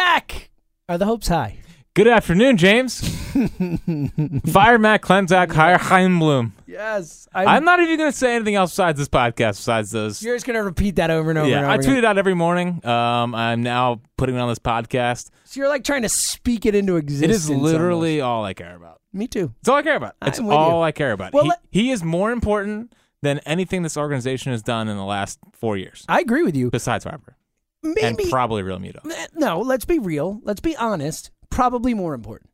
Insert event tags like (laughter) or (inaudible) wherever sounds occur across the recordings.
Jack, are the hopes high? Good afternoon, James. Fire Matt Klemzak, hire Heimblum. (laughs) Yes. I'm not even going to say anything else besides this podcast, besides those. You're just going to repeat that over and over and yeah, over I again. tweet it out every morning. Um, I'm now putting it on this podcast. So you're like trying to speak it into existence. It is almost. literally all I care about. Me too. It's all I care about. It's I'm with all you. I care about. Well, he, let- he is more important than anything this organization has done in the last four years, I agree with you. besides Robert and Maybe. probably Real Muto. no, let's be real. Let's be honest. Probably more important.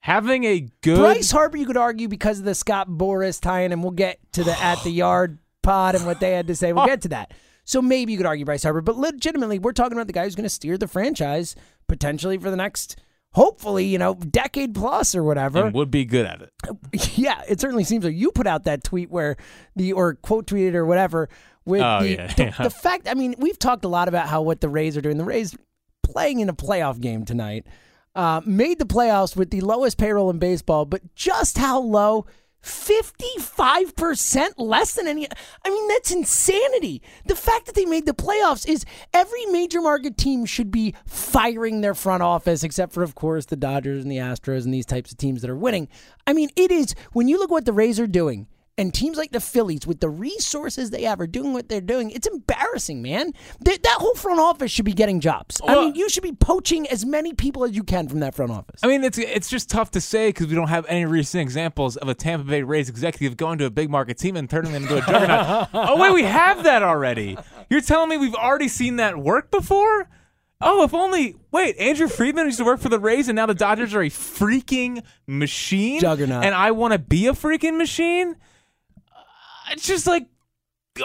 Having a good Bryce Harper, you could argue because of the Scott Boris tie-in, and we'll get to the (sighs) at the yard pod and what they had to say. We'll get to (laughs) that. So maybe you could argue Bryce Harper, but legitimately, we're talking about the guy who's going to steer the franchise potentially for the next, hopefully, you know, decade plus or whatever. and would be good at it. yeah, it certainly seems like you put out that tweet where the or quote tweeted or whatever with Oh, the, yeah, the, yeah. the fact. I mean, we've talked a lot about how what the Rays are doing. The Rays playing in a playoff game tonight uh, made the playoffs with the lowest payroll in baseball, but just how low. 55% less than any. I mean, that's insanity. The fact that they made the playoffs is every major market team should be firing their front office, except for, of course, the Dodgers and the Astros and these types of teams that are winning. I mean, it is when you look what the Rays are doing and teams like the Phillies, with the resources they have, are doing what they're doing. It's embarrassing, man. Th- that whole front office should be getting jobs. I Well- mean, you should be poaching as many people as you can from that front office. I mean, it's it's just tough to say because we don't have any recent examples of a Tampa Bay Rays executive going to a big market team and turning them into a (laughs) juggernaut. oh wait, we have that already. You're telling me we've already seen that work before? Oh, if only. Wait, Andrew Friedman used to work for the Rays, and now the Dodgers are a freaking machine. Juggernaut. And I want to be a freaking machine. Uh, It's just like,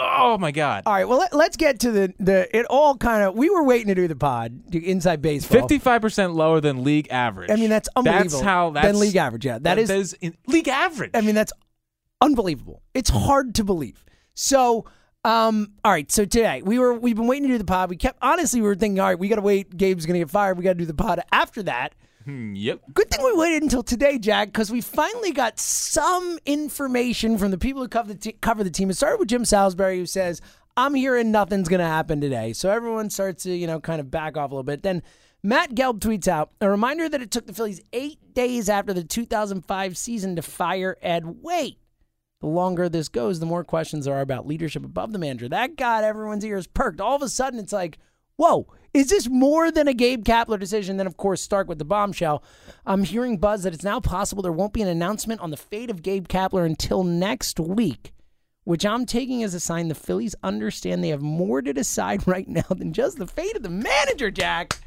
oh my god, All right, well, let, let's get to the, the it all kind of. We were waiting to do the pod, do inside baseball. fifty-five percent lower than league average. I mean, that's unbelievable. That's how that's Then league average, yeah. that is that is in, league average. I mean, that's unbelievable. It's hard to believe. So, um, all right. So today we were we've been waiting to do the pod. We kept honestly we were thinking, all right, we got to wait. Gabe's gonna get fired. We got to do the pod after that. Hmm, yep. Good thing we waited until today, Jack, because we finally got some information from the people who cover the, te- cover the team. It started with Jim Salisbury, who says, I'm hearing nothing's going to happen today. So everyone starts to, you know, kind of back off a little bit. Then Matt Gelb tweets out a reminder that it took the Phillies eight days after the 2005 season to fire Ed Waite. The longer this goes, the more questions there are about leadership above the manager. That got everyone's ears perked. All of a sudden, it's like, whoa, is this more than a Gabe Kapler decision? Then, of course, Stark with the bombshell. I'm hearing buzz that it's now possible there won't be an announcement on the fate of Gabe Kapler until next week, which I'm taking as a sign the Phillies understand they have more to decide (laughs) right now than just the fate of the manager, Jack.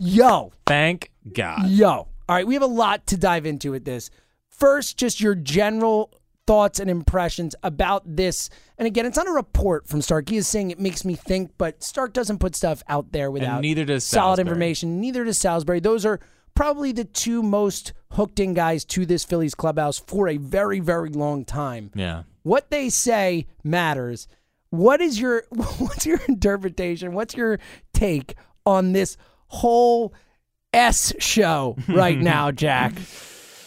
Yo, Thank God. Yo. All right, we have a lot to dive into with this. First, just your general thoughts and impressions about this. And again, it's not a report from Stark. He is saying it makes me think, but Stark doesn't put stuff out there without neither does solid Salisbury. information. Neither does Salisbury. Those are probably the two most hooked in guys to this Phillies clubhouse for a very, very long time. Yeah. What they say matters. What is your (laughs) what's your interpretation? What's your take on this whole S show right (laughs) now, Jack?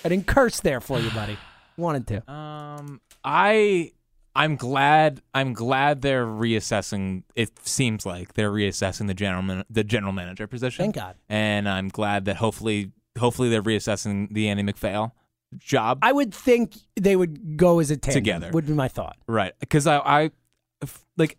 I didn't curse there for you, buddy. Wanted to. Um I I'm glad I'm glad they're reassessing it seems like they're reassessing the general man, the general manager position. Thank God. And I'm glad that hopefully hopefully they're reassessing the Andy McPhail job. I would think they would go as a tandem. Together. would be my thought. Right. Because I, I, f- like,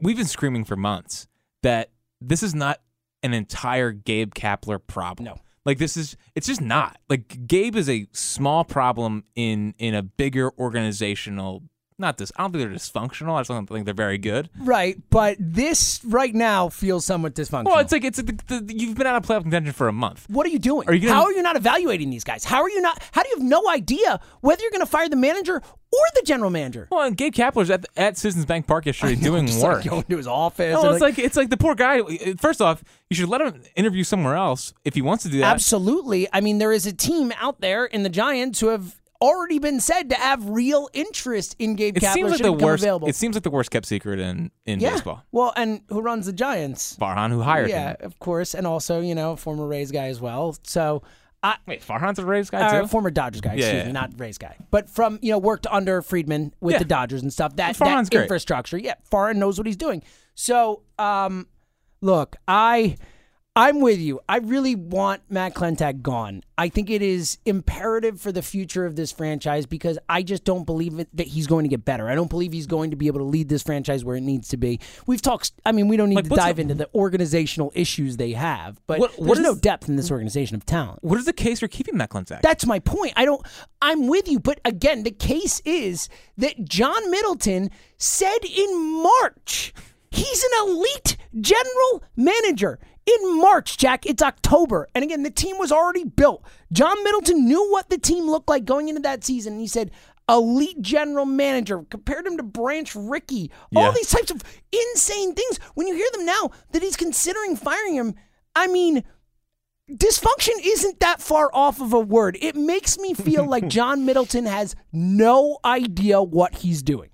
we've been screaming for months that this is not an entire Gabe Kapler problem. No. Like this is, it's just not. Like Gabe is a small problem in in a bigger organizational. Not this. I don't think they're dysfunctional. I just don't think they're very good. Right, but this right now feels somewhat dysfunctional. Well, it's like it's the, the, you've been out of playoff contention for a month. What are you doing? Are you gonna- how are you not evaluating these guys? How are you not? How do you have no idea whether you're going to fire the manager or the general manager? Well, and Gabe Kapler's at at Citizens Bank (laughs) Park yesterday doing Just work. like going to his office. No, and it's like, it's like the poor guy. uh, First off, you should let him interview somewhere else if he wants to do that. Absolutely. I mean, there is a team out there in the Giants who have already been said to have real interest in Gabe It Kapler. seems like should the he become worst. Available. It seems like the worst kept secret in in yeah. baseball. Well, and who runs the Giants? Farhan, who hired Yeah, him? of course, and also you know former Rays guy as well. So. I, Wait, Farhan's a Rays guy uh, too. former Dodgers guy, excuse yeah. me, not Rays guy, but from you know worked under Friedman with Yeah. the Dodgers and stuff. That, Farhan's that great. infrastructure, yeah, Farhan knows what he's doing. So, um, look, I I'm with you. I really want Matt Clentak gone. I think it is imperative for the future of this franchise because I just don't believe it, that he's going to get better. I don't believe he's going to be able to lead this franchise where it needs to be. We've talked. I mean, we don't need Like, to what's dive the- into the organizational issues they have, but What- what there's no is- depth in this organization of talent. What is the case for keeping Mecklensack? That's my point. I don't. I'm with you, but again, the case is that John Middleton said in March he's an elite general manager. In March, Jack, it's October. And again, the team was already built. John Middleton knew what the team looked like going into that season. And he said, elite general manager, compared him to Branch Rickey. All Yeah. these types of insane things. When you hear them now that he's considering firing him, I mean, dysfunction isn't that far off of a word. It makes me feel (laughs) like John Middleton has no idea what he's doing.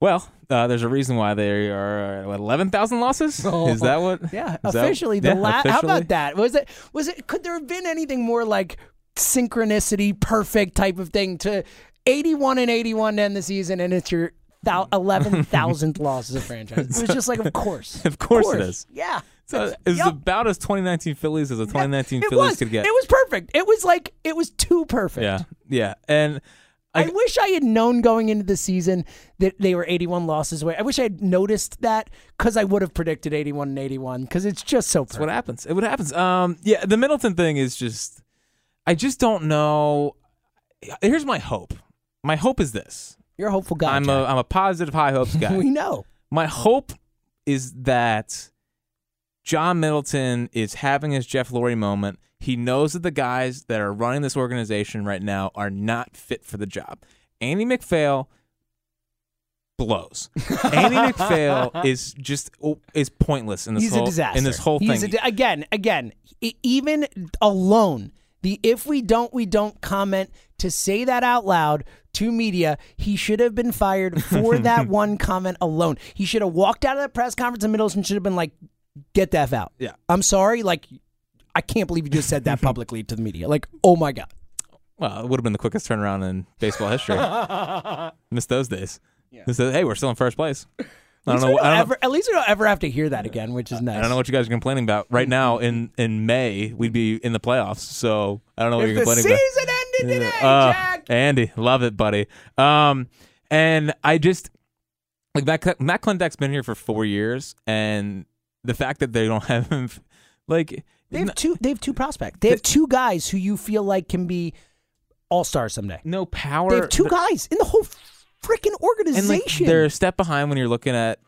well, uh, there's a reason why they are uh, what, 11,000 losses. Is that what? Oh. (laughs) Yeah, is that- officially the yeah, last. How officially? about that? Was it? Was it? Could there have been anything more like synchronicity, perfect type of thing to eighty-one and eighty-one to end the season, and it's your thou- eleven (laughs) thousandth loss as a franchise? It was just like, (laughs) of course, Of course it is. Yeah, So That's- it's yup. about as 2019 Phillies as the 2019 it Phillies was. could get. It was perfect. It was like it was too perfect. yeah, yeah, and I, I- wish I had known going into the season that they were 81 losses away. I wish I had noticed that because I would have predicted 81 and 81 because it's just so That's what perfect. happens. It what happens. Um, yeah, the Middleton thing is just, I just don't know. Here's my hope. My hope is this. You're a hopeful guy. I'm a Jack. I'm a positive (laughs) high hopes guy. we know. my hope is that John Middleton is having his Jeff Lurie moment. He knows that the guys that are running this organization right now are not fit for the job. Andy McPhail (laughs) blows. Andy McPhail is just oh, is pointless in this He's whole a disaster. in this whole He's thing. a di- again, again, e- even alone, the if we don't, we don't comment to say that out loud to media, he should have been fired (laughs) for that one comment alone. He should have walked out of that press conference in Middleton should have been like, get the F out. Yeah. I'm sorry. Like, I can't believe you just said (laughs) that publicly to the media. Like, oh my God. Well, it would have been the quickest turnaround in (laughs) baseball history. Miss those days. This is- hey, we're still in first place. I don't At least know. we I don't, ever, at least we don't ever have to hear that again, which is nice. I don't know what you guys are complaining about. Right now, in in May, we'd be in the playoffs. So I don't know what If you're the complaining season about. ended today, (laughs) Uh, Jack. Andy, love it, buddy. Um, and I just like Matt, Matt Klentak's been here for four years, and the fact that they don't (laughs) have him, like, They have two. They have two prospects. They have two guys who you feel like can be all stars someday. no power. They have two guys in the whole freaking and like organization. they're a step behind when you're looking at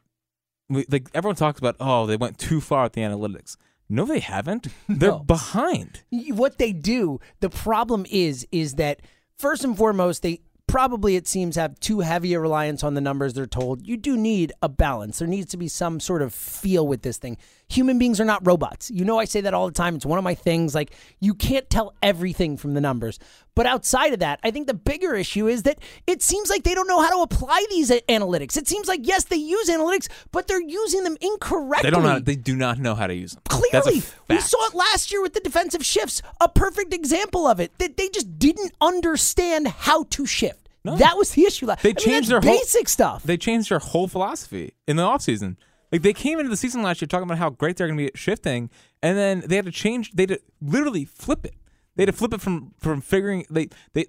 we- like everyone talks about oh they went too far with the analytics no (laughs) they haven't they're No. behind what they do. The problem is, is that first and foremost, they probably it seems have too heavy a reliance on the numbers they're told. You do need a balance. There needs to be some sort of feel with this thing. Human beings are not robots. You know, I say that all the time. It's one of my things. Like you can't tell everything from the numbers. But outside of that, I think the bigger issue is that it seems like they don't know how to apply these a- analytics. It seems like yes, they use analytics, but they're using them incorrectly they don't know they do not know how to use them That's a clearly we fact. saw it last year with the defensive shifts a perfect example of it that they just didn't understand how to shift that was the issue last They I mean, changed that's their whole- basic stuff they changed their whole philosophy in the offseason like they came into the season last year talking about how great they're going to be at shifting and then they had to change they had to literally flip it they had to flip it from from figuring they they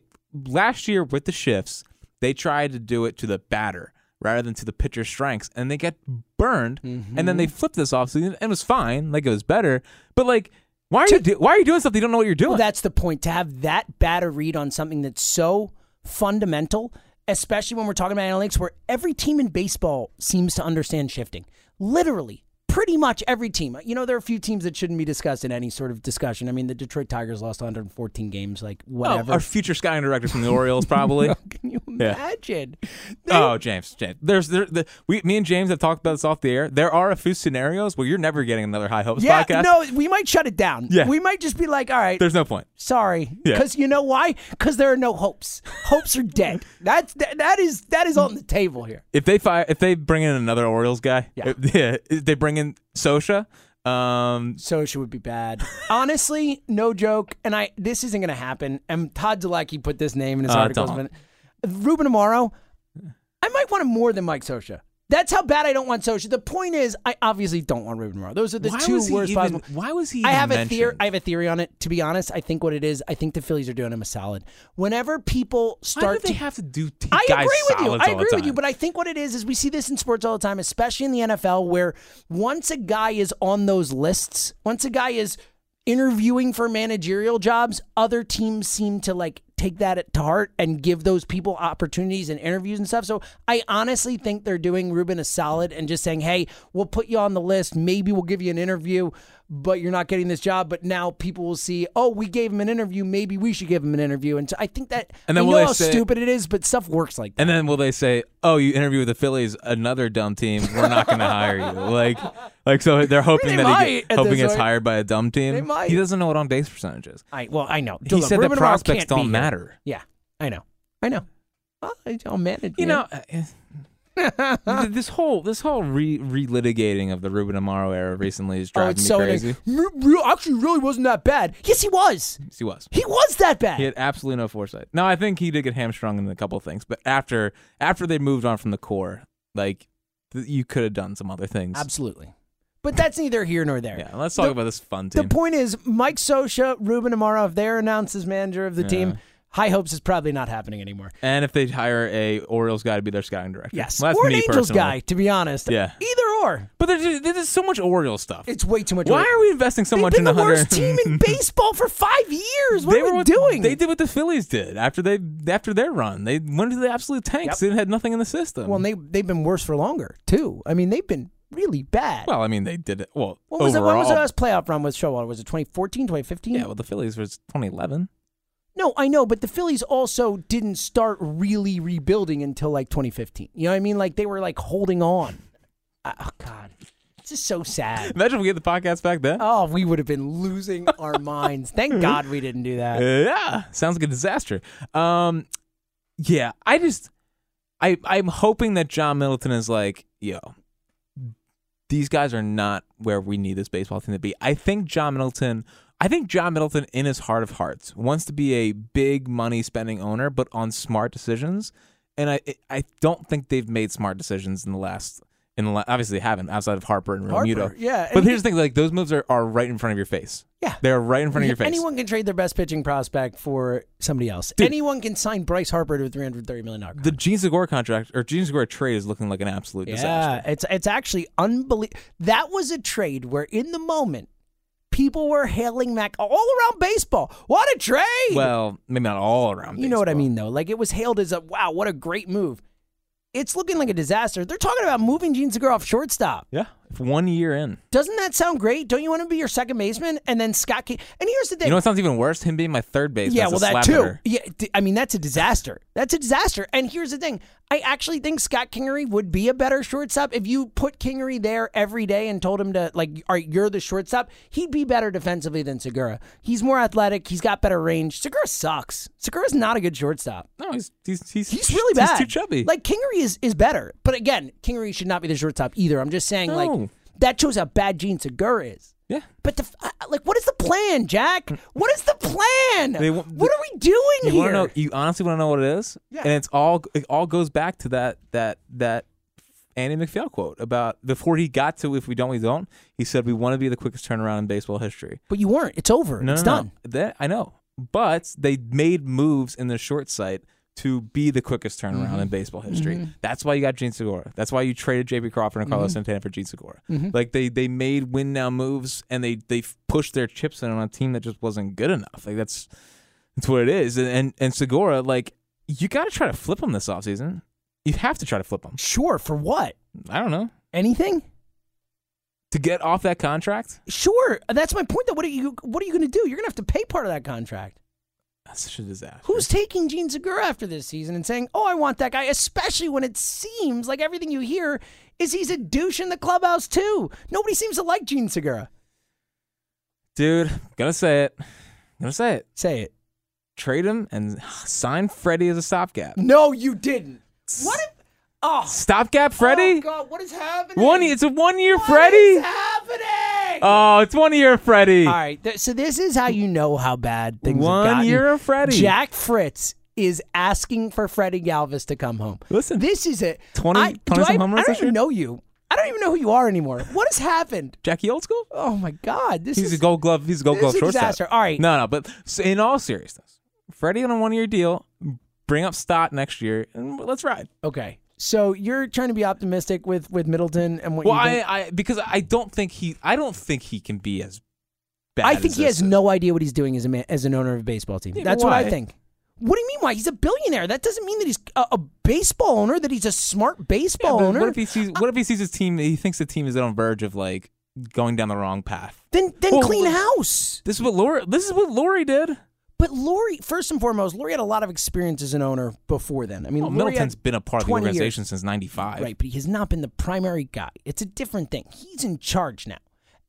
last year with the shifts they tried to do it to the batter rather than to the pitcher's strengths and they got burned and then they flipped this offseason and it was fine like it was better but like why are you do, why are you doing stuff that you don't know what you're doing Well, Oh, that's the point to have that bad a read on something that's so fundamental, especially when we're talking about analytics, where every team in baseball seems to understand shifting. Literally, pretty much every team. You know, there are a few teams that shouldn't be discussed in any sort of discussion. I mean, the Detroit Tigers lost 114 games, like Oh, whatever. (laughs) (laughs) our future scouting director from the Orioles probably Can you imagine? They Oh, James, James. There's there, the, we, me and James have talked about this off the air. There are a few scenarios where you're never getting another High Hopes Yeah, podcast. no, we might shut it down. Yeah. We might just be like, all right, There's no point. sorry. Yeah. Because you know why? Because there are no hopes. Hopes are (laughs) dead. That's that, that is that is on the table here. If they fire, if they bring in another Orioles guy, Yeah. if- (laughs) yeah, if they bring in Sosha. Um, Socha would be (laughs) bad. Honestly, no joke. And I this isn't gonna happen. And Todd Zalecki put this name in his Uh, articles. don't. But Ruben Amaro, I might want him more than Mike Socha. That's how bad I don't want Socha. The point is, I obviously don't want Ruben Morrow. Those are the why two was he worst even, possible. Why was he? Even I have a theory. mentioned? I have a theory on it. To be honest, I think what it is, I think the Phillies are doing him a solid. Whenever people Why start do they to have to do t- I guys agree with you. solids I all the agree with you, time? but I think what it is is we see this in sports all the time, especially in the NFL, where once a guy is on those lists, once a guy is interviewing for managerial jobs, other teams seem to like take that to heart and give those people opportunities and interviews and stuff. So I honestly think they're doing Ruben a solid and just saying, "Hey, we'll put you on the list. Maybe we'll give you an interview, but you're not getting this job. But now people will see, oh, we gave him an interview. Maybe we should give him an interview." And so I think that And then we will know they how say- stupid it is, but stuff works like that. And then will they say, "Oh, you interview with the Phillies, another dumb team. We're not going to (laughs) hire you." Like, like so they're hoping They that he might at get, hoping this gets point. hired by a dumb team. They might. He doesn't know what on base percentage is. I well, I know. He Look, said that Ruben Amaro prospects can't be don't here. matter. Yeah, I know. I know. Well, I- I'll manage. (laughs) You know, uh, Ah. th- this whole this whole re relitigating of the Ruben Amaro era recently is oh, driving it's me so crazy. annoying. Re- re- Actually, really wasn't that bad. Yes, he was. Yes, He was. He was that bad. He had absolutely no foresight. No, I think he did get hamstrung in a couple of things, but after after they moved on from the core, like th- you could have done some other things. Absolutely. But that's neither here nor there. Yeah, let's talk The- about this fun The team. point is, Mike Sosha, Ruben Amaro, if they're announced as manager of the Yeah. team, high hopes is probably not happening anymore. and if they hire a Orioles guy to be their scouting director, Yes, well, that's or an me Angels personally. guy, to be honest. Yeah. either or. But there's just, there's just so much Orioles stuff. It's way too much. Why are we investing so They've much been in the the worst (laughs) team in baseball for five years. What they are we were what- doing? They did what the Phillies did after they after their run. They went to the absolute tanks. They had nothing in the system. Well, and they they've been worse for longer too. I mean, they've been really bad. Well, I mean, they did it. Well, what was the, overall, what was the last playoff run with Showalter? Was it 2014, 2015? yeah. Well, the Phillies was (laughs) 2011. No, I know, but the Phillies also didn't start really rebuilding until like 2015. You know what I mean? Like they were like holding on. I- oh God, this is so sad. Imagine if we get the podcast back then. Oh, we would have been losing (laughs) our minds. Thank God we didn't do that. yeah, sounds like a disaster. Um, yeah, I just, I, I'm hoping that John Middleton is like, yo, these guys are not where we need this baseball team to be. I think John Middleton, I think John Middleton, in his heart of hearts, wants to be a big money spending owner, but on smart decisions. And I, I don't think they've made smart decisions in the last. In the la- obviously, they haven't outside of Harper and Harper, Romuto. yeah, but and- here's the thing: like those moves are, are right in front of your face. Yeah. they're right in front of your face. Anyone can trade their best pitching prospect for somebody else. Anyone can sign Bryce Harper to a 330 million dollar. The Gene Segura contract or Gene Segura trade is looking like an absolute disaster. Yeah, it's it's actually unbelievable. That was a trade where in the moment people were hailing Mac all around baseball. What a trade! Well, maybe not all around. you know what I baseball. mean though. Like it was hailed as a wow, what a great move. It's looking like a disaster. They're talking about moving Gene Segura off shortstop. Yeah, if one year in. Doesn't that sound great? Don't you want to be your second baseman? And then Scott. Ca- and here's the thing. You know what sounds even worse? Him being my third base. Yeah, That's well, a that slap too. hitter. Yeah, d- I mean that's a disaster. That's a disaster. And here's the thing: I actually think Scott Kingery would be a better shortstop if you put Kingery there every day and told him to like, "All right, you're the shortstop." He'd be better defensively than Segura. He's more athletic. He's got better range. Segura sucks. Segura's not a good shortstop. No, he's he's he's, He's really bad. He's too chubby. Like Kingery is is better, but again, Kingery should not be the shortstop either. I'm just saying, No. like that shows how bad Gene Segura is. yeah, But the f- I- like, what is the plan, Jack? What is the plan? Mm. They want- what are we doing you here? want to know? You honestly want to know what it is? Yeah. And it's all it all goes back to that that that Andy McPhail quote about before he got to if we don't we don't. He said we want to be the quickest turnaround in baseball history. But you weren't. It's over. No, it's no, no. done. That I know, but they made moves in the short sight to be the quickest turnaround Mm-hmm. in baseball history. That's why you got Gene Segura. That's why you traded J.B. Crawford and Mm-hmm. Carlos Santana for Gene Segura. Like they they made win now moves and they they pushed their chips in on a team that just wasn't good enough. Like that's that's what it is. And and, and Segura, like you got to try to flip him this offseason. You have to try to flip him. Sure. For what? I don't know Anything? to get off that contract. Sure. That's my point. Though, what are you? What are you going to do? You're going to have to pay part of that contract. That's such a disaster. Who's taking Gene Segura after this season and saying, "Oh, I want that guy," especially when it seems like everything you hear is he's a douche in the clubhouse too. Nobody seems to like Gene Segura. dude? Gonna say it. Gonna say it. Say it. trade him and sign Freddie as a stopgap. No, you didn't. What? If, oh, Stopgap Oh Freddie? God, what is happening? One, it's a one year What Freddie. is happening? Oh, it's one year Freddie. All right. Th- so this is how you know how bad things have One gotten. year of Freddie. Jack Fritz is asking for Freddie Galvis to come home. Listen, this is it. 20 I, 20 do I, some home I runs don't this even year? know you. I don't even know who you are anymore. What has happened? Jackie Old School. Oh my God, this He's is a Gold Glove. He's a Gold this Glove is a shortstop. disaster. All right. No, no. But s- in all seriousness, Freddie on a one-year deal. Bring up Stott next year, and let's ride. okay. So you're trying to be optimistic with with Middleton and what Well, you I, think. I because I don't think he I don't think he can be as bad. I as think he this has is. no idea what he's doing as a man, as an owner of a baseball team. Yeah, That's what I why? think. What do you mean? Why he's a billionaire? That doesn't mean that he's a, a baseball owner. That he's a smart Yeah, baseball but owner. What if he sees What if he sees his team? He thinks the team is on verge of like going down the wrong path. then then Well, clean well- house. This is what Lori. This is what Lori did. But Lori, first and foremost, Lori had a lot of experience as an owner before then. I mean, Well, Lori Oh, Middleton's had been a part of the 20 organization years. since '95. Right, but he has not been the primary guy. It's a different thing. He's in charge now.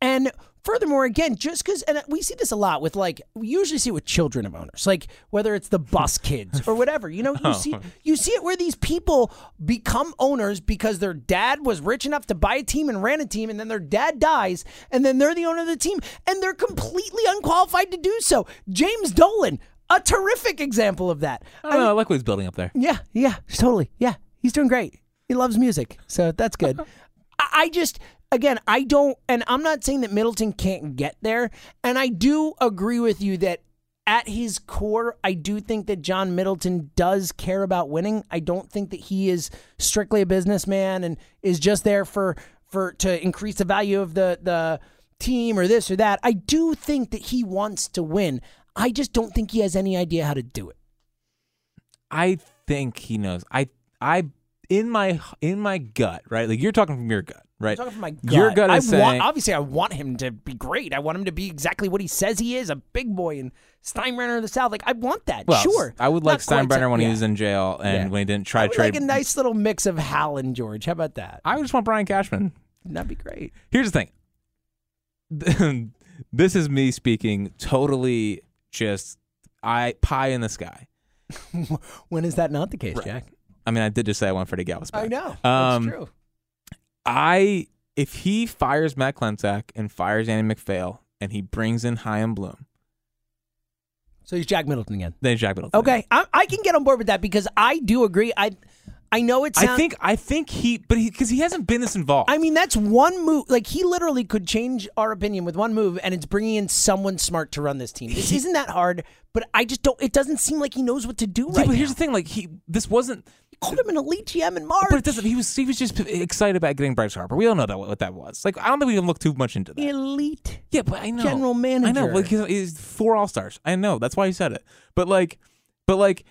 And furthermore, again, just because, and we see this a lot with like, we usually see it with children of owners, like whether it's the bus kids or whatever. You know, you see, you see it where these people become owners because their dad was rich enough to buy a team and ran a team, and then their dad dies, and then they're the owner of the team, and they're completely unqualified to do so. James Dolan, a terrific example of that. I don't know. I like what he's building up there. Yeah, yeah, totally. Yeah, he's doing great. He loves music, so that's good. I, I just, again, I don't, and I'm not saying that Middleton can't get there, and I do agree with you that at his core, I do think that John Middleton does care about winning. I don't think that he is strictly a businessman and is just there for for to increase the value of the the team or this or that. I do think that he wants to win. I just don't think he has any idea how to do it. I think he knows. I I in my in my gut, right? Like you're talking from your gut, right? talking from my gut. Your gut is I want, saying- obviously, I want him to be great. I want him to be exactly what he says he is—a big boy and Steinbrenner of the South. Like I want that. Well, sure, I would like Not quite Steinbrenner so- when yeah. he was in jail and Yeah. when he didn't I try to would trade. like a nice little mix of Hal and George. How about that? I just want Brian Cashman. That'd be great. Here's the thing. (laughs) this is me speaking totally just I pie in the sky. (laughs) When is that not the case, Jack? I mean, I did just say I want Freddie Galvis back. I know. Um, That's true. I if he fires Matt Klentak and fires Andy McPhail and he brings in High and Bloom, So he's Jack Middleton again. then Jack Middleton. Okay, I, I can get on board with that because I do agree. I, I know it sounds. I think I think he, but he because he hasn't been this involved. I mean, that's one move. Like he literally could change our opinion with one move, and it's bringing in someone smart to run this team. This isn't that hard, but I just don't. It doesn't seem like he knows what to do Yeah, right but here's now. the thing: like he, this wasn't. Called him an elite GM in March. But it doesn't. He was. He was just excited about getting Bryce Harper. We all know that what that was. Like I don't think we can look too much into that. elite. Yeah, but I know General I know, manager. like he's, he's four All Stars. I know that's why he said it. But like, but like,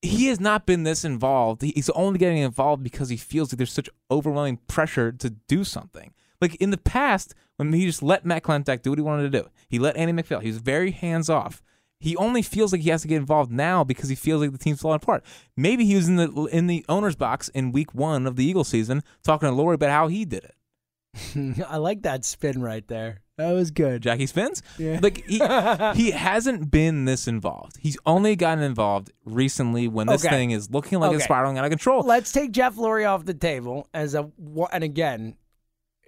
he has not been this involved. He's only getting involved because he feels like there's such overwhelming pressure to do something. Like in the past, when he just let Matt Klentak do what he wanted to do, he let Andy McPhail. He was very hands off. He only feels like he has to get involved now because he feels like the team's falling apart. Maybe he was in the in the owner's box in week one of the Eagles season talking to Lori about how he did it. (laughs) I like that spin right there. That was good. Jackie Spins. Yeah. (laughs) Like he, he hasn't been this involved. He's only gotten involved recently when this Okay. thing is looking like Okay. it's spiraling out of control. Let's take Jeff Lurie off the table as a wa- and again,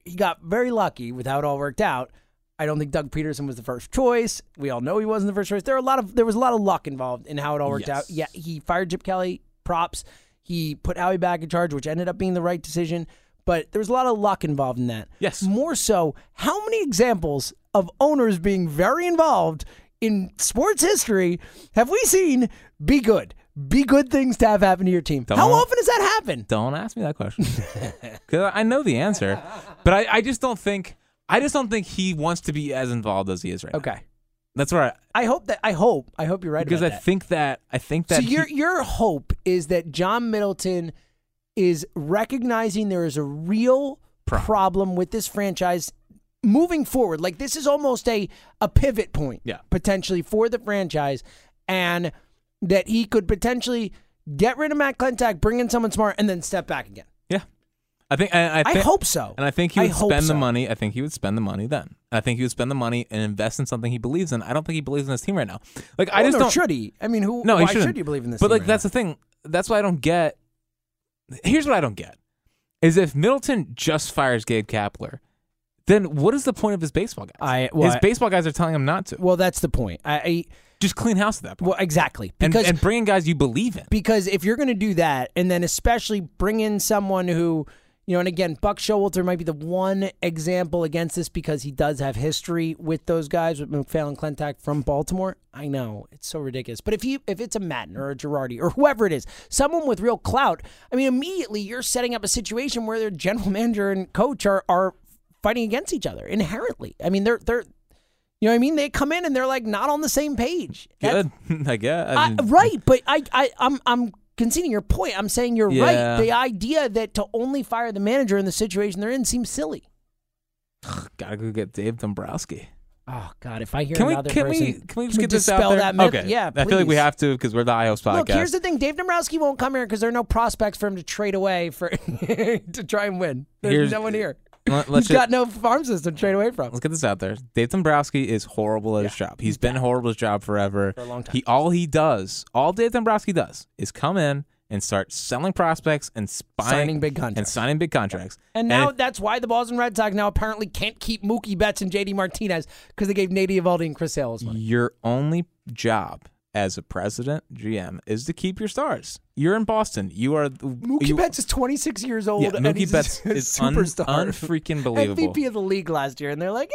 he got very lucky with how it all worked out. I don't think Doug Peterson was the first choice. We all know he wasn't the first choice. There are a lot of there was a lot of luck involved in how it all worked Yes. out. Yeah, he fired Chip Kelly. Props. He put Howie back in charge, which ended up being the right decision. But there was a lot of luck involved in that. Yes. More so, how many examples of owners being very involved in sports history have we seen be good? Be good things to have happen to your team. How Don't- often does that happen? Don't ask me (laughs) that question because I know the answer, but I, I just don't think I just don't think he wants to be as involved as he is right now. Okay. That's where I, I hope that I hope I hope you're right because I about that. think that I think that so your he- your hope is that John Middleton is recognizing there is a real Problem. problem with this franchise moving forward. Like this is almost a a pivot point Yeah. potentially for the franchise and that he could potentially get rid of Matt Clentak, bring in someone smart and then step back again. yeah, I think I, I, I thi- hope so. And I think he I would hope spend so. the money. I think he would spend the money then. I think he would spend the money and invest in something he believes in. I don't think he believes in his team right now. Like I Well, just nor don't. Oh, should he? I mean, who? No, why he shouldn't. should you believe in this? But team like, right that's now? the thing. That's why I don't get. Here's what I don't get: is if Middleton just fires Gabe Kapler, then what is the point of his baseball guys? I- well, his I- baseball guys are telling him not to. well, that's the point. I, I just clean house at that point. Well, exactly. And, Because and bring in guys you believe in. because if you're going to do that, and then especially bring in someone who, you know, and again, Buck Showalter might be the one example against this because he does have history with those guys with McPhail Clentac from Baltimore. I know it's so ridiculous, but if he if it's a Madden or a Girardi or whoever it is, someone with real clout, I mean, immediately you're setting up a situation where their general manager and coach are are fighting against each other inherently. I mean, they're they're. You know what I mean? They come in and they're like not on the same page. That's- Good, (laughs) I guess. I I, mean, right, but I, I, I'm, I'm conceding your point. I'm saying you're Yeah. right. The idea that to only fire the manager in the situation they're in seems silly. gotta go get Dave Dombrowski. Oh God, if I hear Can we, another can we person, can we just get this out dispel there? that myth? Okay, Yeah, I feel like we please. have to because we're the IOS podcast. Look, here's the thing: Dave Dombrowski won't come here because there are no prospects for him to trade away for (laughs) to try and win. There's Here's- no one here. (laughs) Let, He's us got no farm system to trade away from. let's get this out there. Dave Dombrowski is horrible at his job. He's been horrible at his job forever. For a long time. He all he does, all Dave Dombrowski does, is come in and start selling prospects and spying, Signing big and contracts. signing big contracts. And now if- that's why the Boston Red Sox now apparently can't keep Mookie Betts and JD Martinez because they gave Nady Evaldi and Chris Hale his money. your only job as a president GM is to keep your stars. You're in Boston. You are Mookie you, Betts is 26 years old. Yeah, and Mookie he's a (laughs) Betts is un, superstar. (laughs) unfreaking believable. MVP of the league last year, and they're like,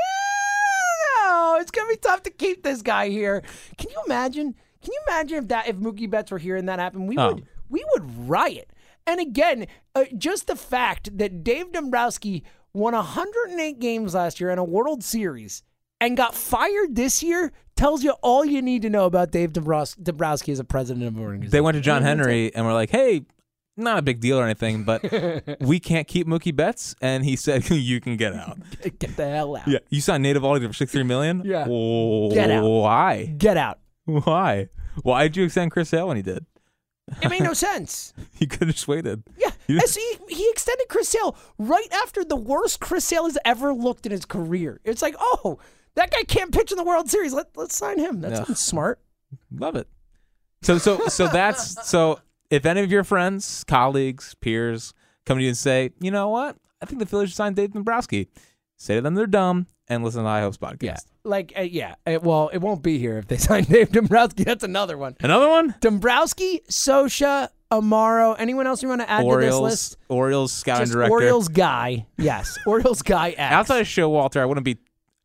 "Eh, no, it's gonna be tough to keep this guy here. Can you imagine? Can you imagine if that if Mookie Betts were here and that happened, we Oh. would we would riot. And again, uh, just the fact that Dave Dombrowski won 108 games last year and a World Series and got fired this year tells you all you need to know about Dave Dombrowski, Dombrowski as a president of an organization. They went to John Henry and were like, "Hey, not a big deal or (laughs) anything, but we can't keep Mookie Betts," and he said, (laughs) "You can get out." Get the hell out. Yeah, you signed Native Aldi for sixty-three million. Yeah. oh, Get out. Why? Get out. Why? Why did you extend Chris Sale when he did? (laughs) It made no sense. You could have just waited. Yeah, You- and so he, he extended Chris Sale right after the worst Chris Sale has ever looked in his career. It's like, oh, that guy can't pitch in the World Series. Let, let's sign him. That's Yeah. smart. Love it. So so so that's so. If any of your friends, colleagues, peers come to you and say, "You know what? I think the Phillies should sign Dave Dombrowski," say to them they're dumb and listen to the High Hopes podcast. Like, uh, yeah. Uh, well, it won't be here if they (laughs) sign Dave Dombrowski. That's another one. Another one. Dombrowski, Sosha, Amaro. Anyone else you want to add to this Orioles, list? Orioles scouting Just director. Orioles guy. Yes, Orioles (laughs) guy X. Outside of Showalter, I wouldn't be.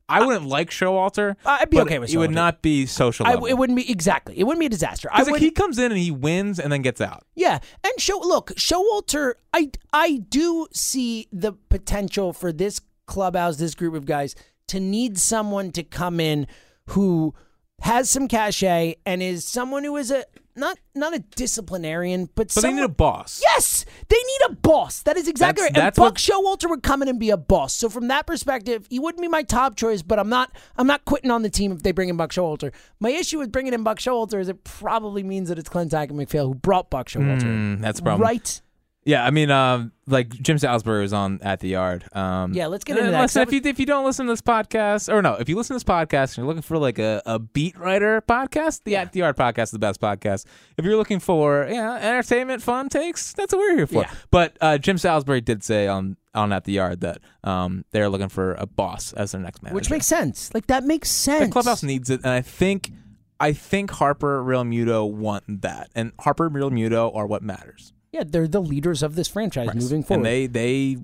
I wouldn't like Showalter. I'd be but okay with It would Showalter. not be social. I- level. it wouldn't be exactly. It wouldn't be a disaster. I Because like would, he comes in and he wins and then gets out. Yeah, and show look, Showalter, I I do see the potential for this clubhouse, this group of guys to need someone to come in who has some cachet and is someone who is a not not a disciplinarian, but, But someone, they need a boss. Yes, they need a boss. That is exactly That's- right. And that's Buck what- Showalter would come in and be a boss. So from that perspective, he wouldn't be my top choice. But I'm not. I'm not quitting on the team if they bring in Buck Showalter. My issue with bringing in Buck Showalter is it probably means that it's Clentac and McPhail who brought Buck Showalter. Mm, that's a problem. Right? Yeah, I mean, um, like Jim Salisbury was on at the yard. Um, Yeah, let's get into and that, 'cause Listen, I if you if you don't listen to this podcast, or no, if you listen to this podcast and you're looking for like a, a beat writer podcast, the at the yard podcast is the best podcast. If you're looking for yeah entertainment, fun takes, that's what we're here for. Yeah. But uh, Jim Salisbury did say on on at the yard that um, they're looking for a boss as their next manager, Which makes sense. Like that makes sense. The clubhouse needs it, and I think I think Harper Real Muto want that, and Harper Real Muto are what matters. Yeah, they're the leaders of this franchise moving forward, and they they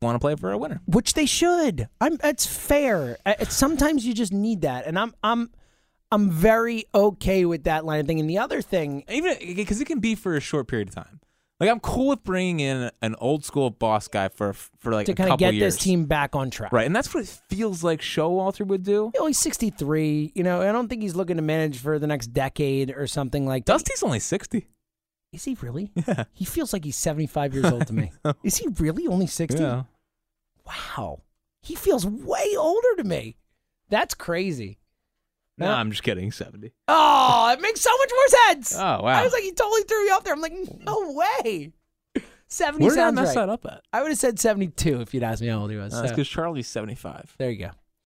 want to play for a winner. which they should. I'm. That's fair. I- it's- sometimes you just need that, and I'm. I'm. I'm very okay with that line of thing. And the other thing, even because it can be for a short period of time. Like I'm cool with bringing in an old school boss guy for for like to a kind couple of get years, this team back on track. right? And that's what it feels like Showalter would do. You know, he's 63. You know, I don't think he's looking to manage for the next decade or something like that. Dusty's only sixty. (laughs) Is he really? Yeah. He feels like he's 75 years old to (laughs) me. know. Is he really only 60? Yeah. Wow. He feels way older to me. That's (laughs) crazy. No, Yeah. I'm just kidding. Seventy. Oh, it makes so much more sense. Oh wow. I was like, he totally threw me off there. I'm like, no way. 70 where did I sounds mess right. that up at? I would have said 72 if you'd asked me how old he was. That's so- because Charlie's seventy-five. there you go.